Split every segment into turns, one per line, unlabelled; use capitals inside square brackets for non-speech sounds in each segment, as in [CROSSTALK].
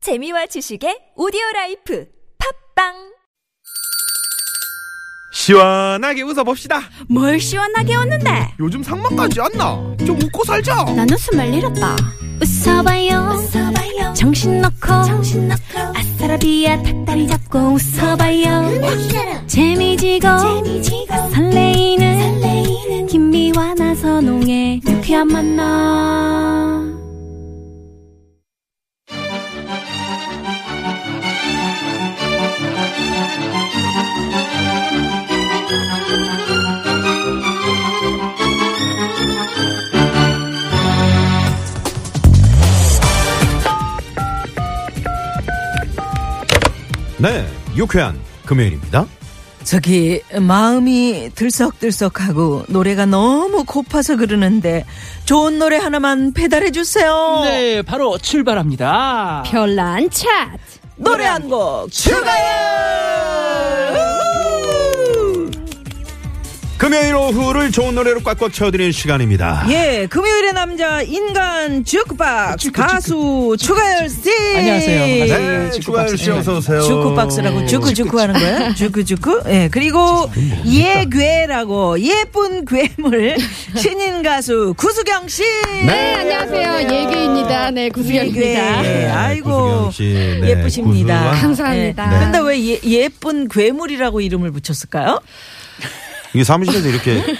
재미와 지식의 오디오 라이프 팝빵
시원하게 웃어봅시다.
뭘 시원하게 웃는데
요즘 상만까지 안 나. 좀 웃고 살자.
난 웃음을 잃었다 웃어봐요, 정신 놓고 아싸라비아 닭다리 잡고 웃어봐요 재미지고, 설레이는, 김미와 나서 농에 유쾌한 만나
네, 유쾌한 금요일입니다.
저기 마음이 들썩들썩하고 노래가 너무 고파서 그러는데 좋은 노래 하나만 배달해 주세요.
네, 바로 출발합니다.
별난 차
노래 한 곡 추가요.
금요일 오후를 좋은 노래로 꽉꽉 채워드리는 시간입니다.
예, 금요일의 남자 인간 주크박스 가수 추가열 씨.
아, 안녕하세요. 반갑습니다.
네,
네,
추가열 씨 어서 오세요.
예,
네.
주크박스라고 주크주크 하는
[LAUGHS]
거야? 주크주크? 예,
아,
그리고
뭐
예괴라고 예쁜 괴물 [LAUGHS] 신인 가수 구수경 씨.
네,
안녕하세요. 예규입니다. 네, 구수경입니다.
예, 아이고
구수경 씨, 네,
예쁘십니다.
구수한.
감사합니다.
예. 근데 왜 예, 예쁜 괴물이라고 이름을 붙였을까요?
이게 사무실에도
[LAUGHS]
이렇게
네,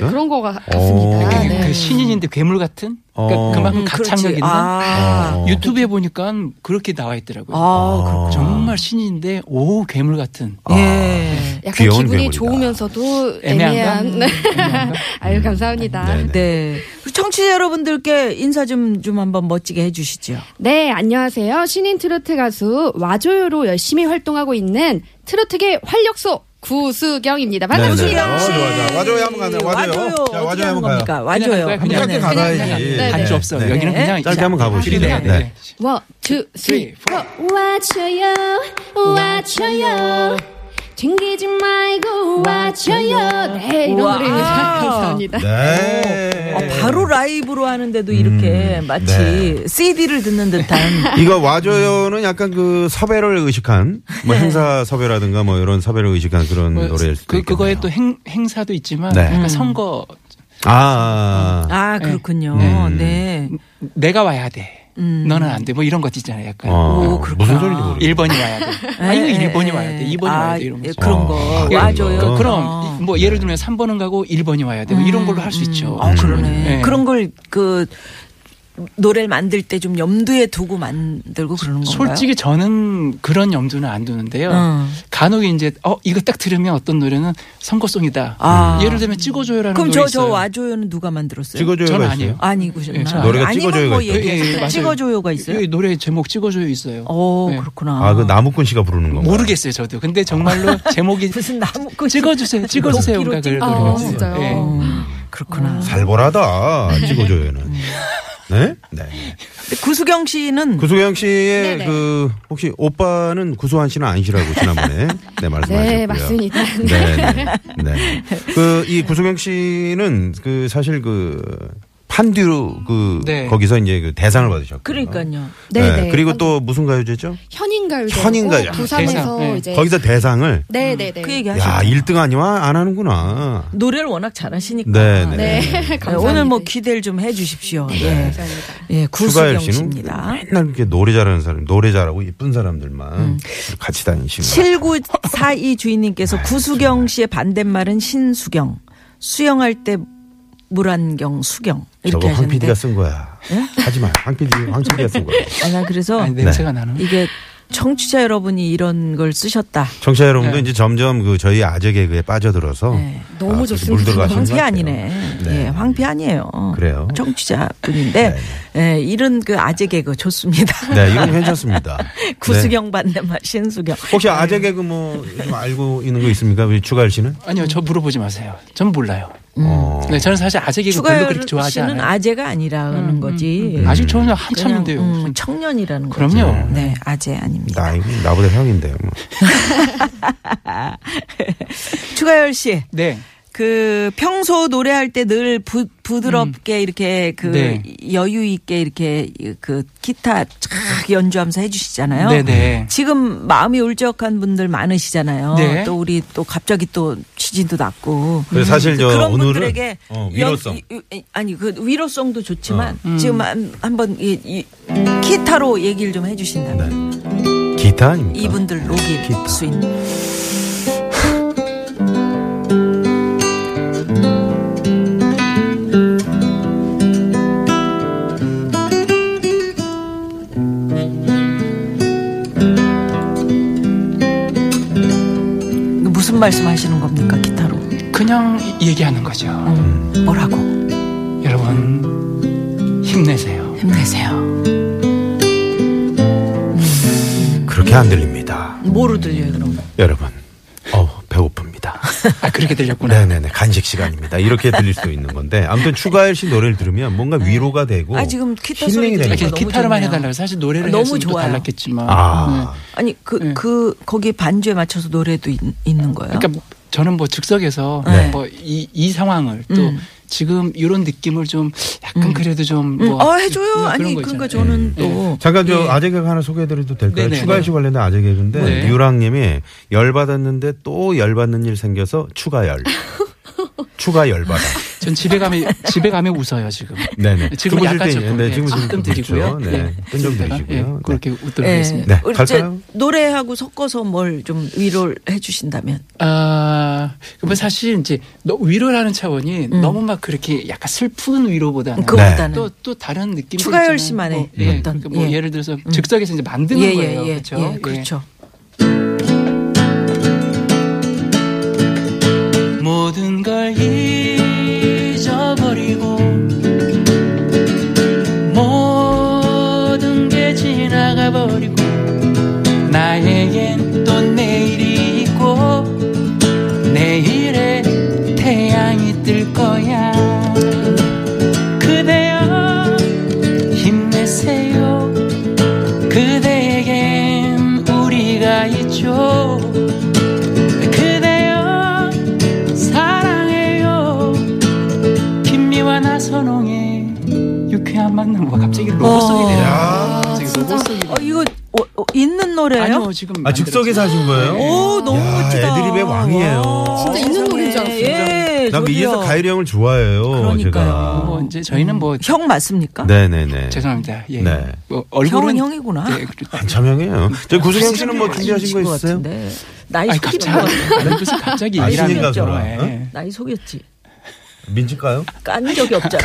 부족합니까?
그런 거 같-
오.
같습니다. 네.
그 신인인데 괴물 같은?
어.
그러니까 그만큼
음, 그렇지.
가창력 있는?
아,
어.
유튜브에 보니까 그렇게 나와 있더라고요.
아, 그렇군.
정말 신인인데, 오, 괴물 같은.
아,
예.
약간
귀여운
기분이
괴물이다.
좋으면서도
아. 네, 애매한가? 네.
애매한. 네.
애매한가?
[LAUGHS] 아유, 감사합니다.
네,
네.
네.
네. 그리고 청취자 여러분들께 인사 좀, 좀 한번 멋지게 해주시죠.
네, 안녕하세요. 신인 트로트 가수 와조요로 열심히 활동하고 있는 트로트계 활력소 구수경입니다.
네, 네.
반갑습니다.
어,
구수경 씨.
좋아, 좋아. 와줘요 한번 가요, 와줘요. 자, 와줘요
어떻게 하는
한번 가요.
겁니까? 와줘요.
그냥 그냥
한번
그냥
해요.
가야지.
네,
반주
네.
없어.
네.
여기는 그냥.
짧게 한번 가봅시다. 네.
원, 투, 쓰리, 포. 와줘요, 와줘요. 튕기지 말고 와줘요. 네, 이런
우와.
노래입니다. [LAUGHS] 감사합니다.
네.
어, 바로 라이브로 하는데도 이렇게 마치
네.
CD를 듣는 듯한.
이거 와줘요는 약간 그 섭외를 의식한 뭐 행사 섭외라든가 뭐 이런 섭외를 의식한 그런
네. 뭐,
음, 노래일 수도
그, 그거에
있겠네요.
또 행, 행사도 있지만,
네.
약간
음.
선거,
아, 아, 아.
아, 그렇군요.
네.
네.
내가 와야 돼.
음.
너는 안 돼. 뭐 이런 것도 있잖아요. 약간.
어,
오, 그렇구나.
무슨 소리인지 모르겠네.
1번이 와야 돼. 아, 이거 1번이 와야 돼. 2번이 와야 돼. 이러면서.
예, 그런 거.
아, 그런
와줘요.
거.
그,
어.
그럼 이- 뭐 예를 들면 3번은 가고 1번이 와야 되고 이런 걸로 할 수 있죠.
아, 그러네.
예.
그런 걸 그 노래를 만들 때 좀 염두에 두고 만들고 그러는 건가요?
솔직히 음. 저는 그런 염두는 안 두는데요.
어.
간혹 이제 어 이거 딱 들으면 어떤 노래는 선거송이다.
아.
예를 들면 찍어줘요라는
그럼
노래
저, 저
있어요.
와줘요는 누가 만들었어요?
예. 저는
찍어줘요가 있어요.
아니에요.
아니구나.
예, 저-
노래가
아니면
찍어줘요가
뭐
있어요. 예.
얘기했을
예, 예,
때
맞아요.
찍어줘요가 있어요?
이 노래 제목 찍어줘요 있어요.
오,
예.
그렇구나.
아, 그 나무꾼 씨가 부르는 건가?
모르겠어요 저도.
[LAUGHS]
근데 정말로 제목이
무슨 나무
[LAUGHS] 찍어주세요, 찍어주세요.
도끼로
그러니까 그걸
찍어.
아,
그래요.
진짜요?
예.
어, 그렇구나.
음.
[LAUGHS]
살벌하다.
음.
찍어줘요는. 네? 네.
근데 구수경 씨는
구수경 씨의
네네.
그 혹시 오빠는 구수한 씨는 아니시라고
[LAUGHS]
지난번에 네 말씀하셨고요.
네, 맞습니다.
네, 네. 그 이 구수경 씨는 그 사실 그 판듀 그
네.
거기서 이제 그 대상을 받으셨고.
그러니까요.
네네.
그리고 또 무슨 가요제죠?
[LAUGHS] 현인가요?
현인가요?
부산에서
대상, 네.
이제
거기서 대상을
네네네.
그 얘기
야,
하셨죠.
1등 아니와 안 하는구나.
노래를 워낙 잘하시니까.
네, 네.
네.
네,
감사합니다. 네,
오늘 뭐 기대를 좀 해주십시오. 예.
감사합니다.
예,
추가열
구수경
씨는
씨입니다.
맨날 이렇게 노래 잘하는 사람, 노래 잘하고 예쁜 사람들만
음.
같이 다니시는.
7942 주인님께서
아,
구수경 씨의 반대말은 신수경. 수영할 때 물안경 수경.
저거
이렇게
황
하셨는데. 예?
PD가 쓴 거야. 하지 마. 황 PD, 황 PD가 쓴
[LAUGHS]
거야.
아, 나 그래서
아니, 냄새가 나는.
이게 청취자 여러분이 이런 걸 쓰셨다.
청취자 여러분도
네.
이제 점점 그 저희 아재 개그에 빠져들어서
네.
아,
너무
그렇게
좋습니다.
물들어가시는 것
황피
같아요.
아니네.
네.
예, 황피 아니에요.
그래요?
청취자 분인데 예, 이런 그 아재 개그
[LAUGHS]
좋습니다.
네, 이건 괜찮습니다.
[LAUGHS] 구수경 반대말 신수경.
네. 혹시 아재 개그 뭐좀 알고 있는 거 있습니까? 우리 추가열 씨는?
아니요, 저 물어보지 마세요. 전 몰라요.
음.
어.
네, 저는 사실 아재 개그 별로
추가열
그렇게 좋아하지
씨는
않아요. 음,
아재가 아니라는 거지.
아직 저는
그냥,
한참인데요.
음, 청년이라는 거죠.
그럼요.
네, 아재 아닙니다.
나, 나보다 형인데요. 뭐.
추가열 씨,
네.
그 평소 노래할 때 늘 부드럽게 이렇게 그
음. 네.
여유 있게 이렇게 그 기타 쫙 연주하면서 해주시잖아요.
네네.
지금 마음이 울적한 분들 많으시잖아요.
네.
또 우리 또 갑자기 또 지진도 났고.
그래서 사실 저
음, 그런
오늘은
분들에게
어, 위로성. 어.
연- 이- 이- 아니 그 위로성도 좋지만
음.
지금 한, 한번 이, 이 기타로 얘기를 좀 해주신다면
네. 기타 아닙니까?
음. 이분들 녹일
기타.
수 있는 무슨 말씀하시는 겁니까 기타로
그냥 얘기하는 거죠.
음.
뭐라고
여러분 힘내세요.
힘내세요
그렇게 안 들립니다.
뭐로 들려요 그럼
여러분, 어
[LAUGHS]
배고픕니다.
아 그렇게 들렸구나.
[LAUGHS] 네네네 간식 시간입니다. 이렇게 들릴 수 있는 건데 아무튼 추가일 씨 노래를 들으면 뭔가 위로가 되고
아, 지금 기타
힐링이
소리
되는
들으니까
아,
거죠.
그냥
너무
기타로만
좋네요.
해달라고 사실 노래를
너무
했으면 또
좋아요.
달랐겠지만. 음.
아
아니 그 그
네.
거기 반주에 맞춰서 노래도 있, 는 거예요?
그러니까 뭐 저는 뭐 즉석에서
네.
뭐 이 이 상황을 또
음.
지금 이런 느낌을 좀 약간
음.
그래도 좀
음,
뭐
아 해줘요.
그런
아니
거
그러니까
있잖아요. 네.
저는 또
잠깐 저
예.
아재 개그 하나 소개해드려도 될까요?
네네.
추가일 씨 관련된 아재 개그인데
네.
유랑님이 열받았는데 또 열받는 일 생겨서
[LAUGHS]
추가열. 추가 열받아.
전 집에 가면 집에 가면 웃어요 지금.
네네.
지금
들어보실
약간
때,
조금
네,
예,
지금
좀
좀
드리고요. 예. 아,
그렇죠. 네, 끈좀 드리고요.
그렇게 웃도록
예.
하겠습니다.
네,
우리 이제
갈까요?
노래하고 섞어서 뭘 좀 위로를 해주신다면
아, 그뭐 사실 이제 너- 위로라는 차원이 너무 막 그렇게 약간 슬픈 위로보다는
음.
네.
그보다는
네. 또, 또 다른 느낌.
추가열 씨만의
예,
어떤,
그러니까 뭐
예.
예. 를 들어서 즉석에서 이제 만드는
예예예
거예요. 그렇죠. 예.
그렇죠.
모든 걸 잊어버리고 모든 게 지나가 버리고 나에겐 또 내일이 있고 내일의 태양이 뜰 거야 그대여 힘내세요 그대에겐 우리가 있죠 그대여 사랑해요 김미와 나선홍의 유쾌한 만남 와 갑자기 로봇송이 되네
아,
갑자기 로봇송이
어 이거 어, 어, 있는 노래예요?
아니요 지금
아, 즉석에서 하신
네.
거예요?
오 너무
야,
멋지다.
애드립의 왕이에요.
진짜 있는
세상에.
노래인 줄 알았어요.
예,
난
저도요.
이래서 가일이 형을 좋아해요.
그러니까요.
제가.
뭐 이제 저희는 뭐
형 맞습니까?
네네네.
죄송합니다 예
음. 네.
뭐
형은
얼굴은
형이구나.
예, 그렇-
한참 형이에요. 아, 저 구승현 씨는 뭐 준비하신 거
음, 것
있어요?
같은데. 나이
아니
속이는
갑자기
거 같아.
아니, 무슨 갑자기
아,
얘기를 예.
신인가
하면
보다.
좋아해.
어?
나이 속였지.
민지가요?
깐 적이 없잖아.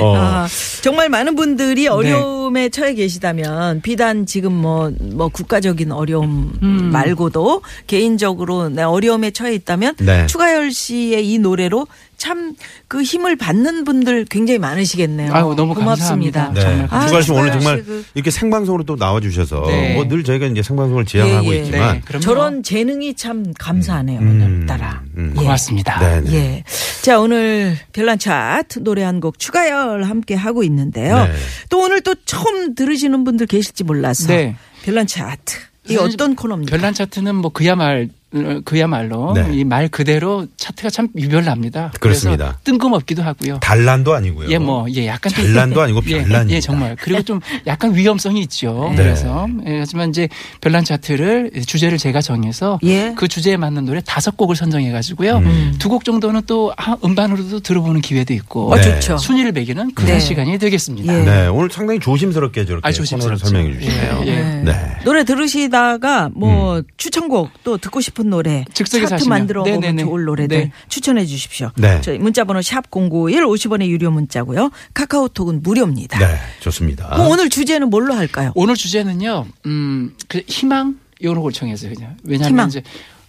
어.
아, 정말 많은 분들이 어려움에 처해 계시다면 비단 지금 뭐 뭐 국가적인 어려움 말고도 개인적으로 내 어려움에 처해 있다면
네.
추가열 씨의 이 노래로 참 그 힘을 받는 분들 굉장히 많으시겠네요.
아유, 너무
고맙습니다.
감사합니다.
네.
정말
아,
주갈 씨 오늘 정말
주갈 씨 그-
이렇게 생방송으로 또 나와주셔서
네.
뭐 늘 저희가 이제 생방송을 지향하고
예, 예.
있지만
네, 그럼요.
저런 재능이 참 감사하네요.
음,
오늘따라.
음.
예.
고맙습니다.
네네.
예. 자, 오늘 별난 차트 노래 한 곡 추가열 함께 하고 있는데요.
네.
또 오늘 또 처음 들으시는 분들 계실지 몰라서
네.
별난 차트. 이
사실
어떤 코너입니까?
별난 차트는 뭐 그야말 그야말로
네.
이 말 그대로 차트가 참 유별납니다. 그래서
그렇습니다.
뜬금없기도 하고요.
단란도 아니고요.
예, 뭐, 예, 약간. 좀-
별난도 아니고
[LAUGHS] 예,
별난입니다.
예, 정말. 그리고 좀 약간 위험성이 있죠.
네.
그래서. 예, 하지만 이제 별난 차트를, 주제를 제가 정해서
예.
그 주제에 맞는 노래 다섯 곡을 선정해가지고요.
음.
두 곡 정도는 또 아, 음반으로도 들어보는 기회도 있고.
어,
네.
좋죠.
순위를 매기는 그런
네.
시간이 되겠습니다.
예.
네, 오늘 상당히 조심스럽게 저렇게
아,
코너를
조심스럽죠.
설명해 주시네요.
예, 예.
네.
노래 들으시다가 뭐 추천곡 또 듣고 싶은 노래
음. 즉석에서
차트
하시면.
만들어 보면
네네네.
좋을 노래들
네.
추천해 주십시오.
네.
저희 문자번호 샵 #051 50원의 유료 문자고요. 카카오톡은 무료입니다.
네, 좋습니다.
뭐
그럼 오늘 주제는 뭘로 할까요?
아. 오늘 주제는요, 음, 그 희망, 요런 걸 정했어요, 그냥. 왜냐하면
희망.
이제,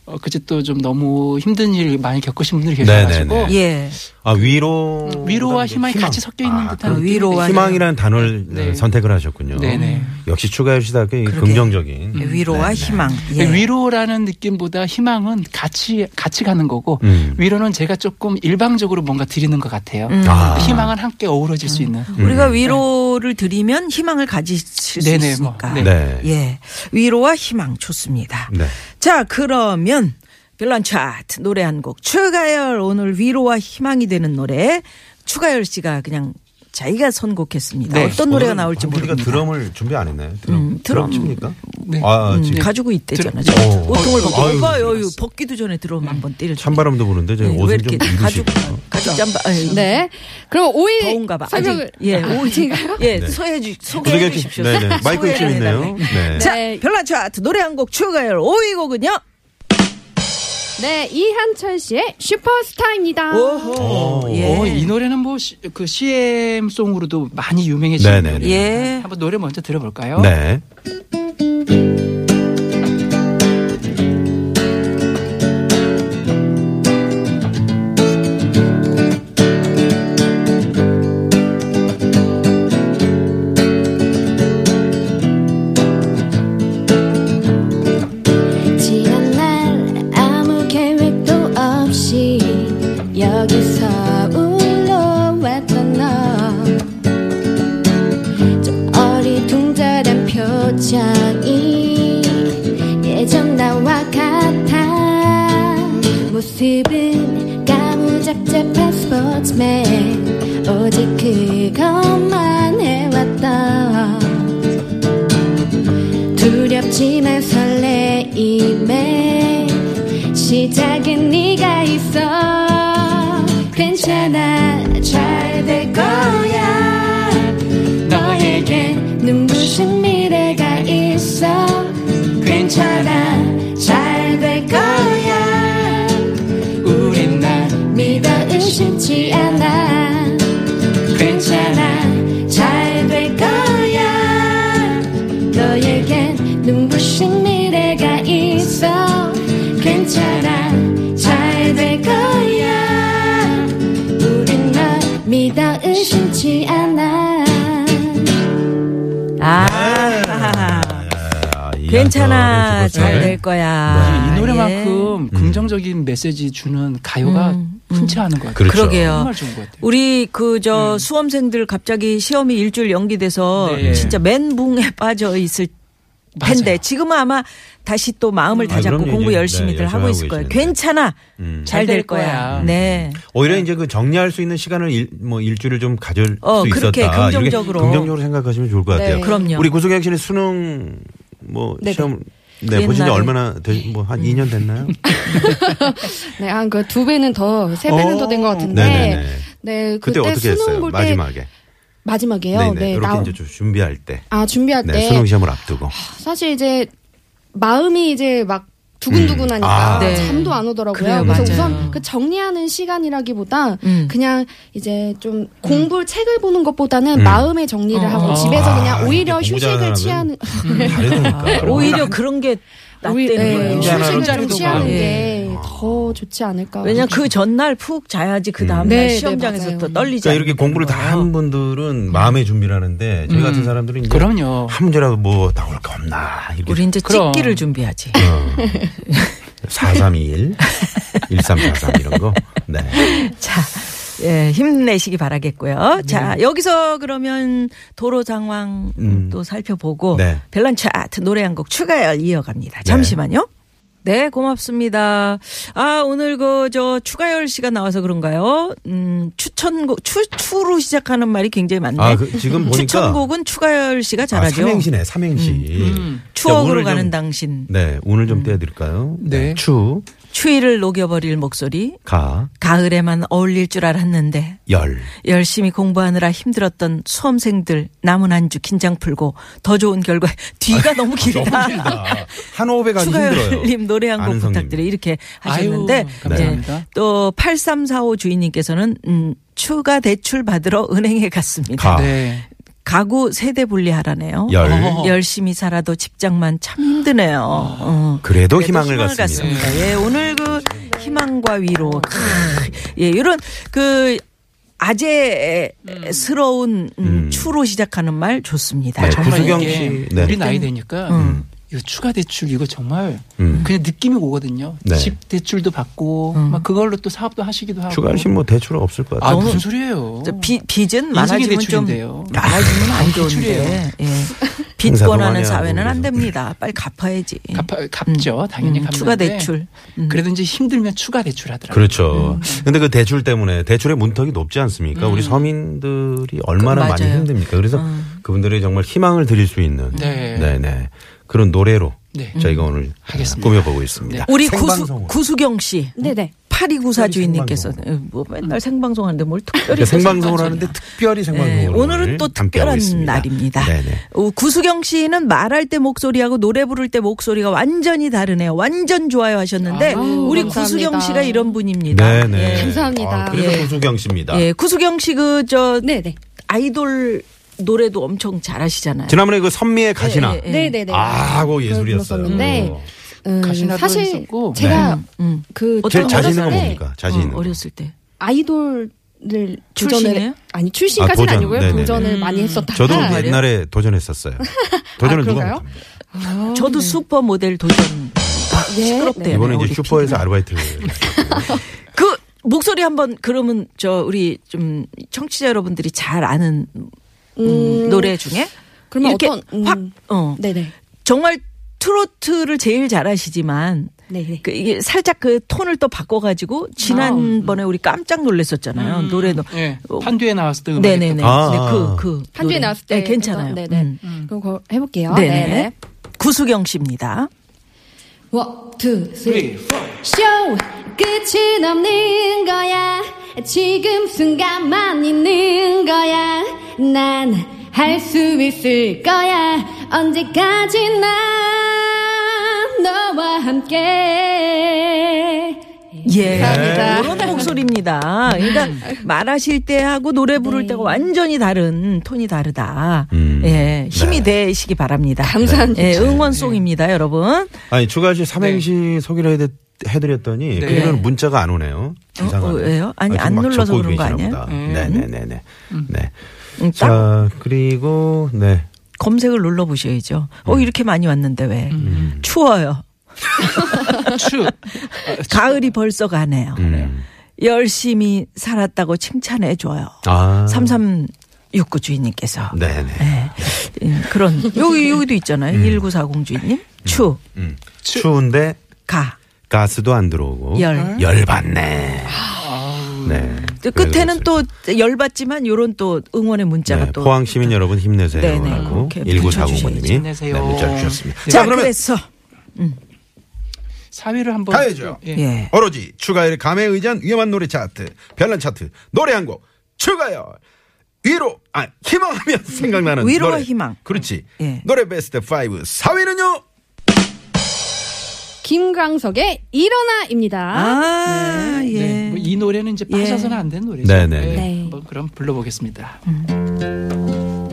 어, 그제 또 좀 너무 힘든 일 많이 겪으신 분들이
네네네.
계셔가지고.
예.
아, 위로.
위로와 희망이 같이 섞여 있는
아,
듯한
그
느낌이
위로와
희망이라는 단어를
네.
선택을 하셨군요.
네네.
역시 추가해 주시다가 긍정적인.
음.
위로와
네, 네.
희망. 예.
위로라는 느낌보다 희망은 같이 같이 가는 거고
음.
위로는 제가 조금 일방적으로 뭔가 드리는 것 같아요.
음.
아. 음.
희망은 함께 어우러질 수 있는.
우리가 위로를 드리면 희망을 가지실 수
음. 네네, 뭐,
있으니까.
네.
네.
예. 위로와 희망 좋습니다.
네.
자, 그러면 별난 차트 노래 한 곡 추가열 오늘 위로와 희망이 되는 노래 추가열 씨가 그냥 자기가 선곡했습니다.
네.
어떤 노래가 나올지
우리가
모르겠습니다.
드럼을 준비 안 했나요? 드럼,
음, 드럼.
칩니까?
네.
아
음,
지금
가지고 있대잖아요.
들-
저
오.
옷통을 벗고
아유,
오빠
들어갔어. 음.
여유 벗기도 전에 드럼 한번 때려.
찬바람도 부는데 저희
네, 왜
옷을 좀
이렇게 가죽 어,
입으시고
가죽 잠바. 아유,
네. 그럼 5위
더운가 봐.
설명을
아직, 예,
[LAUGHS] 아, 오인가요?
예,
네.
소개해 주 소개해
구석에
주십시오.
네네 마이크
소개를
욕심 있네요.
해달래.
네.
자,
네.
별난 차트 노래 한 곡 추가열 5위 곡은요.
네, 이한철 씨의 슈퍼스타입니다.
오호.
어,
예.
이 노래는 뭐 그 CM 송으로도 많이 유명해진
네네네.
노래.
예.
한번 노래 먼저 들어볼까요?
네.
지난 날 아무 계획도 없이 여기서 울러 왔던 너좀 어리둥절한 표정이 예전 나와 같아 모습은 까무잡잡한 스포츠맨 오직 그것만 해왔던 두렵지만 설레임에 시작은 네가 있어 괜찮아 잘 될 거야 너에겐 눈부신 미래가 있어 괜찮아 잘 될 거야
우린 나
믿어 의심치 않아 괜찮아 잘 될 거야 너에겐 눈부신 미래가 있어 괜찮아 잘 될 거야 우린 널 믿어 의심치 않아
아.
아, 이그 그렇죠.
괜찮아
양반의
잘
슈퍼스타를. 네.
될 거야.
이
예. 음,
노래만큼 긍정적인 메시지 주는 가요가 흔치 않은 것 같아요.
그렇죠.
그러게요.
정말 좋은 것 같아요.
우리 그 저
음.
수험생들 갑자기 시험이 일주일 연기돼서
네.
진짜 멘붕에 [LAUGHS] 빠져 있을 텐데
맞아요.
지금은 아마 다시 또 마음을
아,
다잡고
그럼요.
공부
이제, 네,
열심히들
열심히
하고
하고
있을 거예요.
계시는데.
괜찮아.
음.
잘 될 거야. 네.
오히려 이제 그 정리할 수 있는 시간을 일, 뭐 일주일을 좀 가질
어,
수
그렇게
있었다. 이렇게
긍정적으로.
긍정적으로 생각하시면 좋을 것 같아요.
네.
그럼요.
우리 구속영 씨는 수능 뭐
네네.
시험 네, 보신 지
옛날에. 음.
얼마나 뭐한 2년 됐나요?
네, 한 그 두 배는 더, 세 배는
어.
더 된 것 같은데.
네네네.
네,
그때,
그때,
어떻게
수능
했어요?
볼 때
마지막에.
이에요
네네.
네,
이렇게
나-
이제 좀 준비할 때.
아 준비할
네,
때
수능 시험을 앞두고.
사실 이제 마음이 이제 막 두근두근하니까
음. 아.
네.
잠도 안 오더라고요.
그래요,
서
맞아요.
우선 그 정리하는 시간이라기보다
음.
그냥 이제 좀 공부 책을 보는 것보다는
음.
마음의 정리를 하고
어.
집에서
아,
그냥 오히려
공부
휴식을
잘하는
취하는
다르니까.
음. 오히려 그런 게
오히려 네,
낫대는 거예요.
휴식
휴식을 좀
하나로
취하는
정도가. 뭐. 예. 음.
게 더 좋지 않을까.
왜냐 그 전날 푹 자야지 그 다음
음.
날
네, 네,
시험장에서
맞아요.
또 떨리지.
그러니까 이렇게
않는다는
공부를 다
거예요.
한 분들은 마음의 준비를 하는데 저희 같은
음.
사람들은 이제
그럼요.
한 문제라도 뭐 나올 게 없나 이렇게 어.
우리 이제
그럼.
찍기를 준비하지.
4321 1343 이런 거. 네.
자, 예, 힘내시기 바라겠고요. 자, 여기서 그러면 도로 상황
네. 음.
또 살펴보고
네.
별난 차트 노래 한 곡 추가열 이어갑니다. 잠시만요. 네, 고맙습니다. 아, 오늘 그 저 추가열 씨가 나와서 그런가요? 음, 추천곡 추 추로 시작하는 말이 굉장히 많네.
아, 그 지금 보니까
추천곡은 추가열 씨가
아,
잘하죠.
삼행시네. 삼행시.
음,
자,
추억으로
오늘
가는
좀-
당신,
네, 오늘 좀 떼어 드릴까요?
네.
추,
추위를 녹여버릴 목소리,
가,
가을에만 어울릴 줄 알았는데
열.
열심히 공부하느라 힘들었던 수험생들 남은 한 주 긴장 풀고 더 좋은 결과 [LAUGHS] 뒤가 너무
아,
길다.
한 500가 힘들어요.
[LAUGHS] 추가열님 노래 한 곡
아는 성님.
부탁드려 이렇게 하셨는데
아유, 감사합니다.
예, 또 8345 주인님께서는 음, 추가 대출 받으러 은행에 갔습니다.
가,
네.
가구 세대 분리하라네요.
열.
어.
열심히 살아도 집장만 참 힘드네요.
아.
어.
그래도
그래도
희망을 갖습니다.
예, 오늘 그 희망과 위로. 크, 예, 이런 그 아재스러운 음,
음.
추로 시작하는 말 좋습니다.
네,
정말
구수경
이게
씨. 네.
우리 나이 되니까
음.
이거 추가 대출 이거 정말
음.
그냥 느낌이 오거든요.
네.
집 대출도 받고
음.
막 그걸로 또 사업도 하시기도 하고.
추가열 씨뭐 대출은 없을 것
아
같아요.
무슨 소리예요?
저 비, 빚은
인생의
음, 많아지면 좀
대출인데요.
많아지면 안
[LAUGHS]
대출이에요.
좋은데. 예. 빚권하는
행사도 많이
사회는
하고
안
그래서.
됩니다. 빨리 갚아야지.
갚아, 갚죠. 당연히
예. 음,
갚는데.
추가 대출. 음.
그래도 이제 힘들면 추가 대출 하더라고요.
그렇죠.
네.
근데 그 대출 때문에 대출의 문턱이 높지 않습니까? 우리 서민들이 얼마나
음. 그,
많이
맞아요. 어.
힘듭니까? 그래서 그분들이 정말 희망을 드릴 수 있는
네.
네 그런 노래로
네.
저희가 오늘
하겠습니다.
꾸며보고 있습니다.
음. 네. 우리
생방송으로.
구수, 구수경 씨.
네네.
8294 주인님께서
생방송으로.
뭐 맨날 생방송 하는데 뭘 특별히
그러니까 생방송을
생방송이야.
하는데 특별히 생방송으로
네, 오늘은
오늘
또
함께하고
특별한
있습니다.
날입니다.
네네.
어, 구수경 씨는 말할 때 목소리하고 노래 부를 때 목소리가 완전히 다르네요. 완전 좋아요 하셨는데
아우,
우리
감사합니다.
구수경 씨가 이런 분입니다.
네네.
감사합니다.
아, 그래서
예.
조수경 씨입니다.
예, 예, 구수경 씨 그 저
네네.
아이돌 노래도 엄청 잘하시잖아요.
지난번에 그 선미의 가시나.
예, 네. 예.
네네네.
아, 그거 예술이었어요.
불렀었는데
어.
음,
가시나도
사실
있었고.
제가
음.
그
어떤-
네. 제
어떤
자신은
어렸을 때
뭡니까? 자신 있는.
어,
거.
어렸을 때.
아이돌을
출신이에요?
도전을 아니 출신까지는
아, 도전.
아니고요
네네네.
도전을 많이 했었다가
저도
아,
옛날에
[LAUGHS]
도전했었어요. 도전을 누가
그런가요?
못합니다.
아,
저도
네.
슈퍼 모델 도전.
예,
시끄럽대요.
네.
이번에
우리
이제 슈퍼에서 아르바이트를
그 목소리 한번 그러면 저 우리 좀 청취자 여러분들이 잘 아는 음,
음,
노래 중에
그러면
이렇게
어떤, 음.
확 어.
네네
정말 트로트를 제일 잘하시지만
네네
그 이게 살짝 그 톤을 또 바꿔가지고 지난번에
음.
우리 깜짝 놀랐었잖아요 노래도
예.
어,
판듀에 나왔을 때 음악이
네네네
아,
네,
아.
그, 그
한주에
노래.
나왔을 때
네, 괜찮아요
했던- 네네
음.
그럼 그거 해볼게요
네네. 구수경 씨입니다
원투 쓰리
Three, four.
쇼 끝은 없는 거야 지금 순간만 있는 거야 난 할 수 있을 거야 언제까지나 너와 함께
예
네. 감사합니다. 음.
이런 목소리입니다 그러니까 말하실 때 하고 노래 부를
네.
때가 완전히 다른 톤이 다르다
음.
예 힘이 되시기 바랍니다 감사합니다 예, 응원송입니다 여러분
아니 추가 씨 삼행시
네.
소개를 해드, 해드렸더니
네.
그거는 문자가 안 오네요. 이상하네.
어, 왜요? 아니,
지금
안
막
눌러서
적고
그런 거
계시나
아니에요?
보다. 네네네네. 네.
음, 딱
자 그리고 네.
검색을 눌러보셔야죠
음.
어 이렇게 많이 왔는데
음.
왜 추워요 [LAUGHS]
추. 어,
가을이 벌써 가네요.
음.
열심히 살았다고 칭찬해줘요.
아.
3369 주인님께서.
네네.
네. 음, 그런, 여기, 여기도 있잖아요.
음.
1940 주인님. 추,
추운데
가.
가스도 안 들어오고
아.
열.
받네. 네.
또 끝에는 또 열받지만 요런 또 응원의 문자가
네,
또.
포항 시민 여러분
네네.
힘내세요라고
이렇게
1940님이 네,
붙여주셔야죠.
문자 주셨습니다.
자, 그래서.
사회를 한번
가야죠.
예.
예.
오로지 추가열 감에 의지한 위험한 노래 차트, 별난 차트, 노래 한 곡, 추가열. 위로, 아, 희망하면 [LAUGHS] 생각나는
위로와
노래.
희망.
그렇지.
예.
노래 베스트 5 4위는요?
김광석의 일어나입니다
아, 예.
네, 뭐이 노래는 이제
예.
빠져서는 안 된 노래죠.
네네네.
예,
네.
한번 그럼 불러보겠습니다. 음.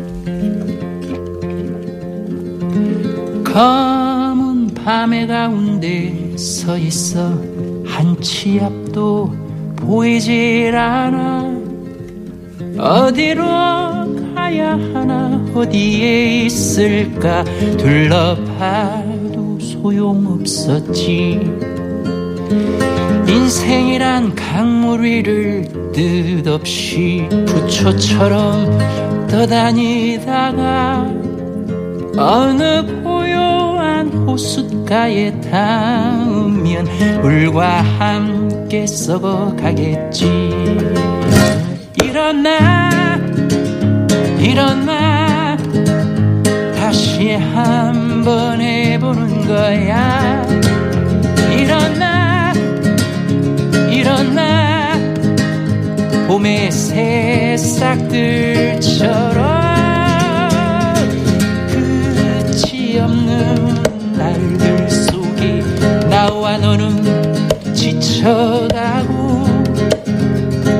검은 밤의 가운데 서 있어 한 치 앞도 보이질 않아 어디로 가야 하나 어디에 있을까 둘러봐도 소용없었지 인생이란 강물 위를 뜻없이 부초처럼 떠다니다가 어느 고요한 호숫가에 닿으면 물과 함께 썩어가겠지 일어나 일어나 다시 한번 해보는 거야 일어나 일어나 봄의 새싹들처럼 끝이 없는 날들 속에 나와 너는 지쳐가고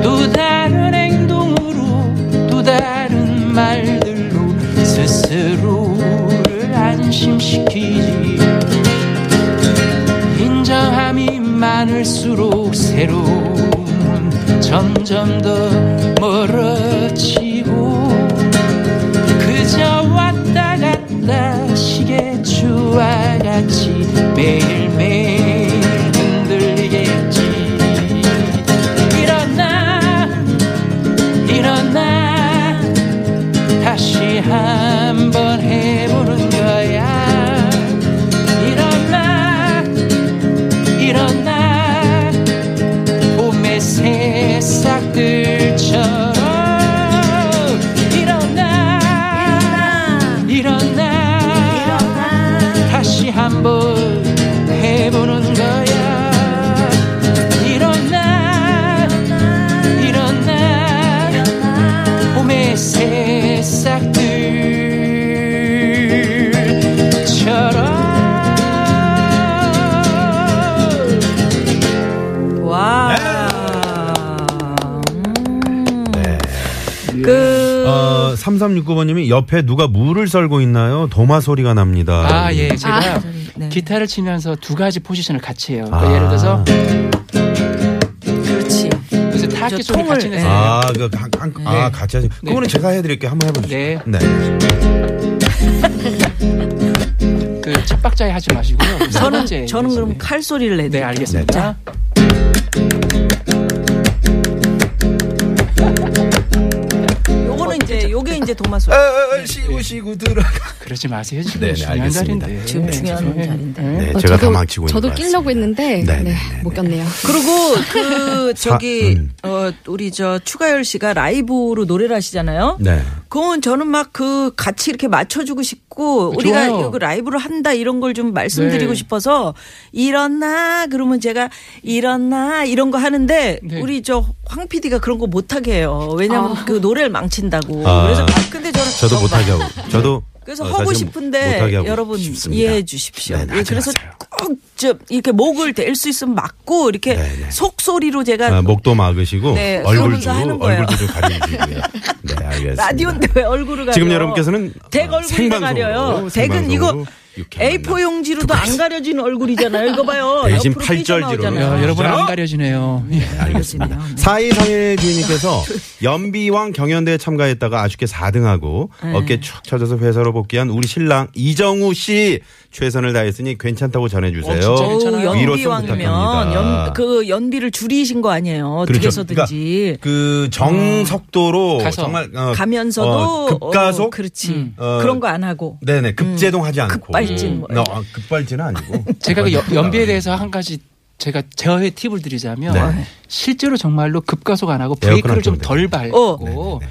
또 다른 행동으로 또 다른 말들로 스스로를 안심시키지 인정함이 많을수록 새로움은 점점 더 멀어지고 그저 왔다 갔다 시계추와 같이 매일매일 흔들리겠지 일어나 일어나 다시 한번 해보는
네.
그
3369번님이 어, 옆에 누가 물을 썰고 있나요? 도마 소리가 납니다.
아, 예. 제가
네.
기타를 치면서 두 가지 포지션을 같이 해요.
아.
그러니까 예를 들어서
그렇지.
요새 타악기
저
쪽을 같이
통을, 예.
내서
아, 그, 한, 한, 아, 같이 하시. 그거는 제가 해드릴게요. 한번 해보시죠.
네.
네.
그 첫박자에 하지 마시고요. 세 번째에
저는 저는
해서,
그럼
네.
칼 소리를 내는.
네, 알겠습니다.
요거는
어,
이제 요게 이제 도마 소리.
아, 시고, 시고, 들어가.
그러지 마세요. 지금
네, 네,
중요한
알겠습니다.
자리인데.
지금 중요한
네.
자리인데.
네,
어,
제가
저도-
다 망치고 있는
저도
것
끼려고
같습니다.
했는데
네,
네,
네, 네,
못
네.
꼈네요.
그리고 그
사-
저기
음.
어 우리 저 추가열 씨가 라이브로 노래를 하시잖아요.
네.
그건 저는 막 그 같이 이렇게 맞춰주고 싶고
좋아요.
우리가 이거 라이브로 한다 이런 걸 좀 말씀드리고
네.
싶어서 일어나 그러면 제가 일어나 이런 거 하는데
네. 아.
우리 저 황 PD가 그런 거 못하게 해요. 왜냐면 그 노래를 망친다고.
아.
그래서 아, 근데 저는
저도
어,
못하게
[LAUGHS]
하고. 저도.
그래서
어,
하고
사실은 못하게
싶은데
하고
여러분
싶습니다.
이해해 주십시오.
네, 네,
예,
하지
그래서
마세요.
꼭좀 이렇게 목을 댈 수 있으면 막고 이렇게
네, 네.
속소리로 제가
아, 목도 막으시고
그 네,
얼굴도
그러면서 하는 거예요.
얼굴도 좀 가리시고요. 네, 알겠습니다.
라디오인데 왜 얼굴을 가려?
지금 여러분께서는
댁 얼굴이
생방송으로,
가려요. 댁은 이거
생방송으로 유쾌한
A4
만남.
용지로도 안 가려진 얼굴이잖아요. 이거 봐요.
[LAUGHS] 대신
옆으로
팔절지로.
삐져나오잖아요.
야, 여러분
진짜요?
안 가려지네요. 예.
알겠습니다.
4231
[LAUGHS]
주인님께서 연비왕 경연대에 참가했다가 아쉽게 4등하고
네.
어깨 축 처져서 회사로 복귀한 우리 신랑 이정우 씨 최선을 다했으니 괜찮다고
어,
전해주세요.
진짜 괜찮아요.
어우,
위로성
네, 연비왕이면
부탁합니다.
연, 그 연비를 줄이신 거 아니에요.
그렇죠.
어떻게서든지
그 정석도로
가서.
정말 어,
가면서도
어, 급가속
어, 그렇지.
어,
그런 거 안 하고.
네네 급제동하지 않고
급발진 뭐.
음. 어, 아, 급발진은 아니고
어,
제가
네.
그 여- 연비에 대해서 한 가지 제가 제어의 팁을 드리자면
네.
실제로 정말로 급가속 안 하고
에어컨
브레이크를
안
좀
켜면
덜
어.
밟고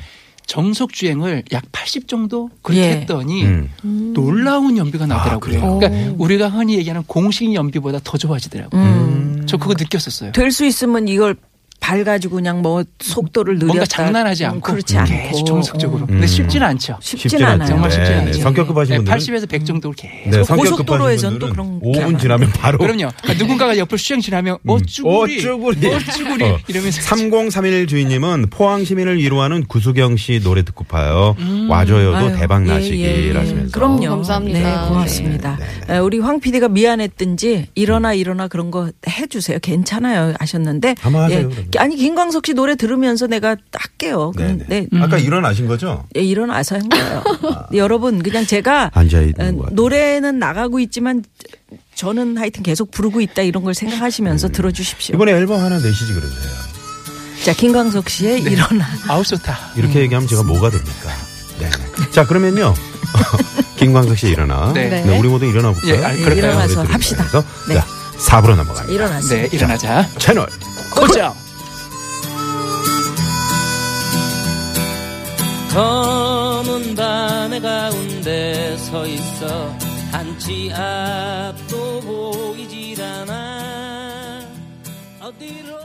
정속 주행을 약 80 정도 그렇게
예.
했더니
음. 아,
놀라운 연비가 나더라고요.
그래요?
그러니까 우리가 흔히 얘기하는 공식 연비보다 더 좋아지더라고요.
음.
저 그거 느꼈었어요.
될 수 있으면 이걸 발 가지고 그냥 뭐 속도를 느렸다. 음,
뭔가 장난하지 않고 음,
그렇지 않고
계속 정석적으로.
어.
근데 쉽진 않죠.
쉽진 않아요.
정말 쉽진
음. 네,
않죠.
네. 성격 급하신
네,
분들은
80에서 100 정도로 계속.
네, 성격 급하신
고속도로에서는 또
분들은
그런 게
5분
많아요.
지나면 바로 음.
그럼요. 아, 누군가가 옆을 수행 지나면 어쭈구리,
어쭈구리.
어쭈구리
어.
이러면서
3031 주인님은 포항 시민을 위로하는 구수경 씨 노래 듣고 봐요. 와줘요도
아유,
대박
예,
나시길
예, 예.
하시면서.
그럼요.
어,
감사합니다.
네, 고맙습니다. 에, 우리 황 PD가 미안했든지 일어나 일어나 그런 거 해주세요. 괜찮아요. 하셨는데. 예.
아마 하세요, 그러면.
아니 김광석 씨 노래 들으면서 내가 할게요.
네네.
근데
아까 일어나신 거죠?
예, 일어나서 한 거예요. 여러분 그냥 제가
앉아있는 네,
에,
것 같아요.
노래는 나가고 있지만 저는 하여튼 계속 부르고 있다 이런 걸 생각하시면서
음.
들어주십시오.
이번에 앨범 하나 내시지 그러세요.
자 김광석
네.
씨의 일어나.
아우 좋다.
이렇게 얘기하면 제가 뭐가 됩니까? 네. 자, 그러면요. [LAUGHS] 김광석 씨 일어나.
네.
네, 우리 모두 일어나 볼까요?
예, 알- 그럴까요?
일어나서
노래 들으면서.
합시다. 네.
자, 4부로 넘어갑니다.
일어나세요.
네, 일어나자.
채널
고정.
검은 밤의 가운데 서 있어 한치 앞도 보이질 않아 어디로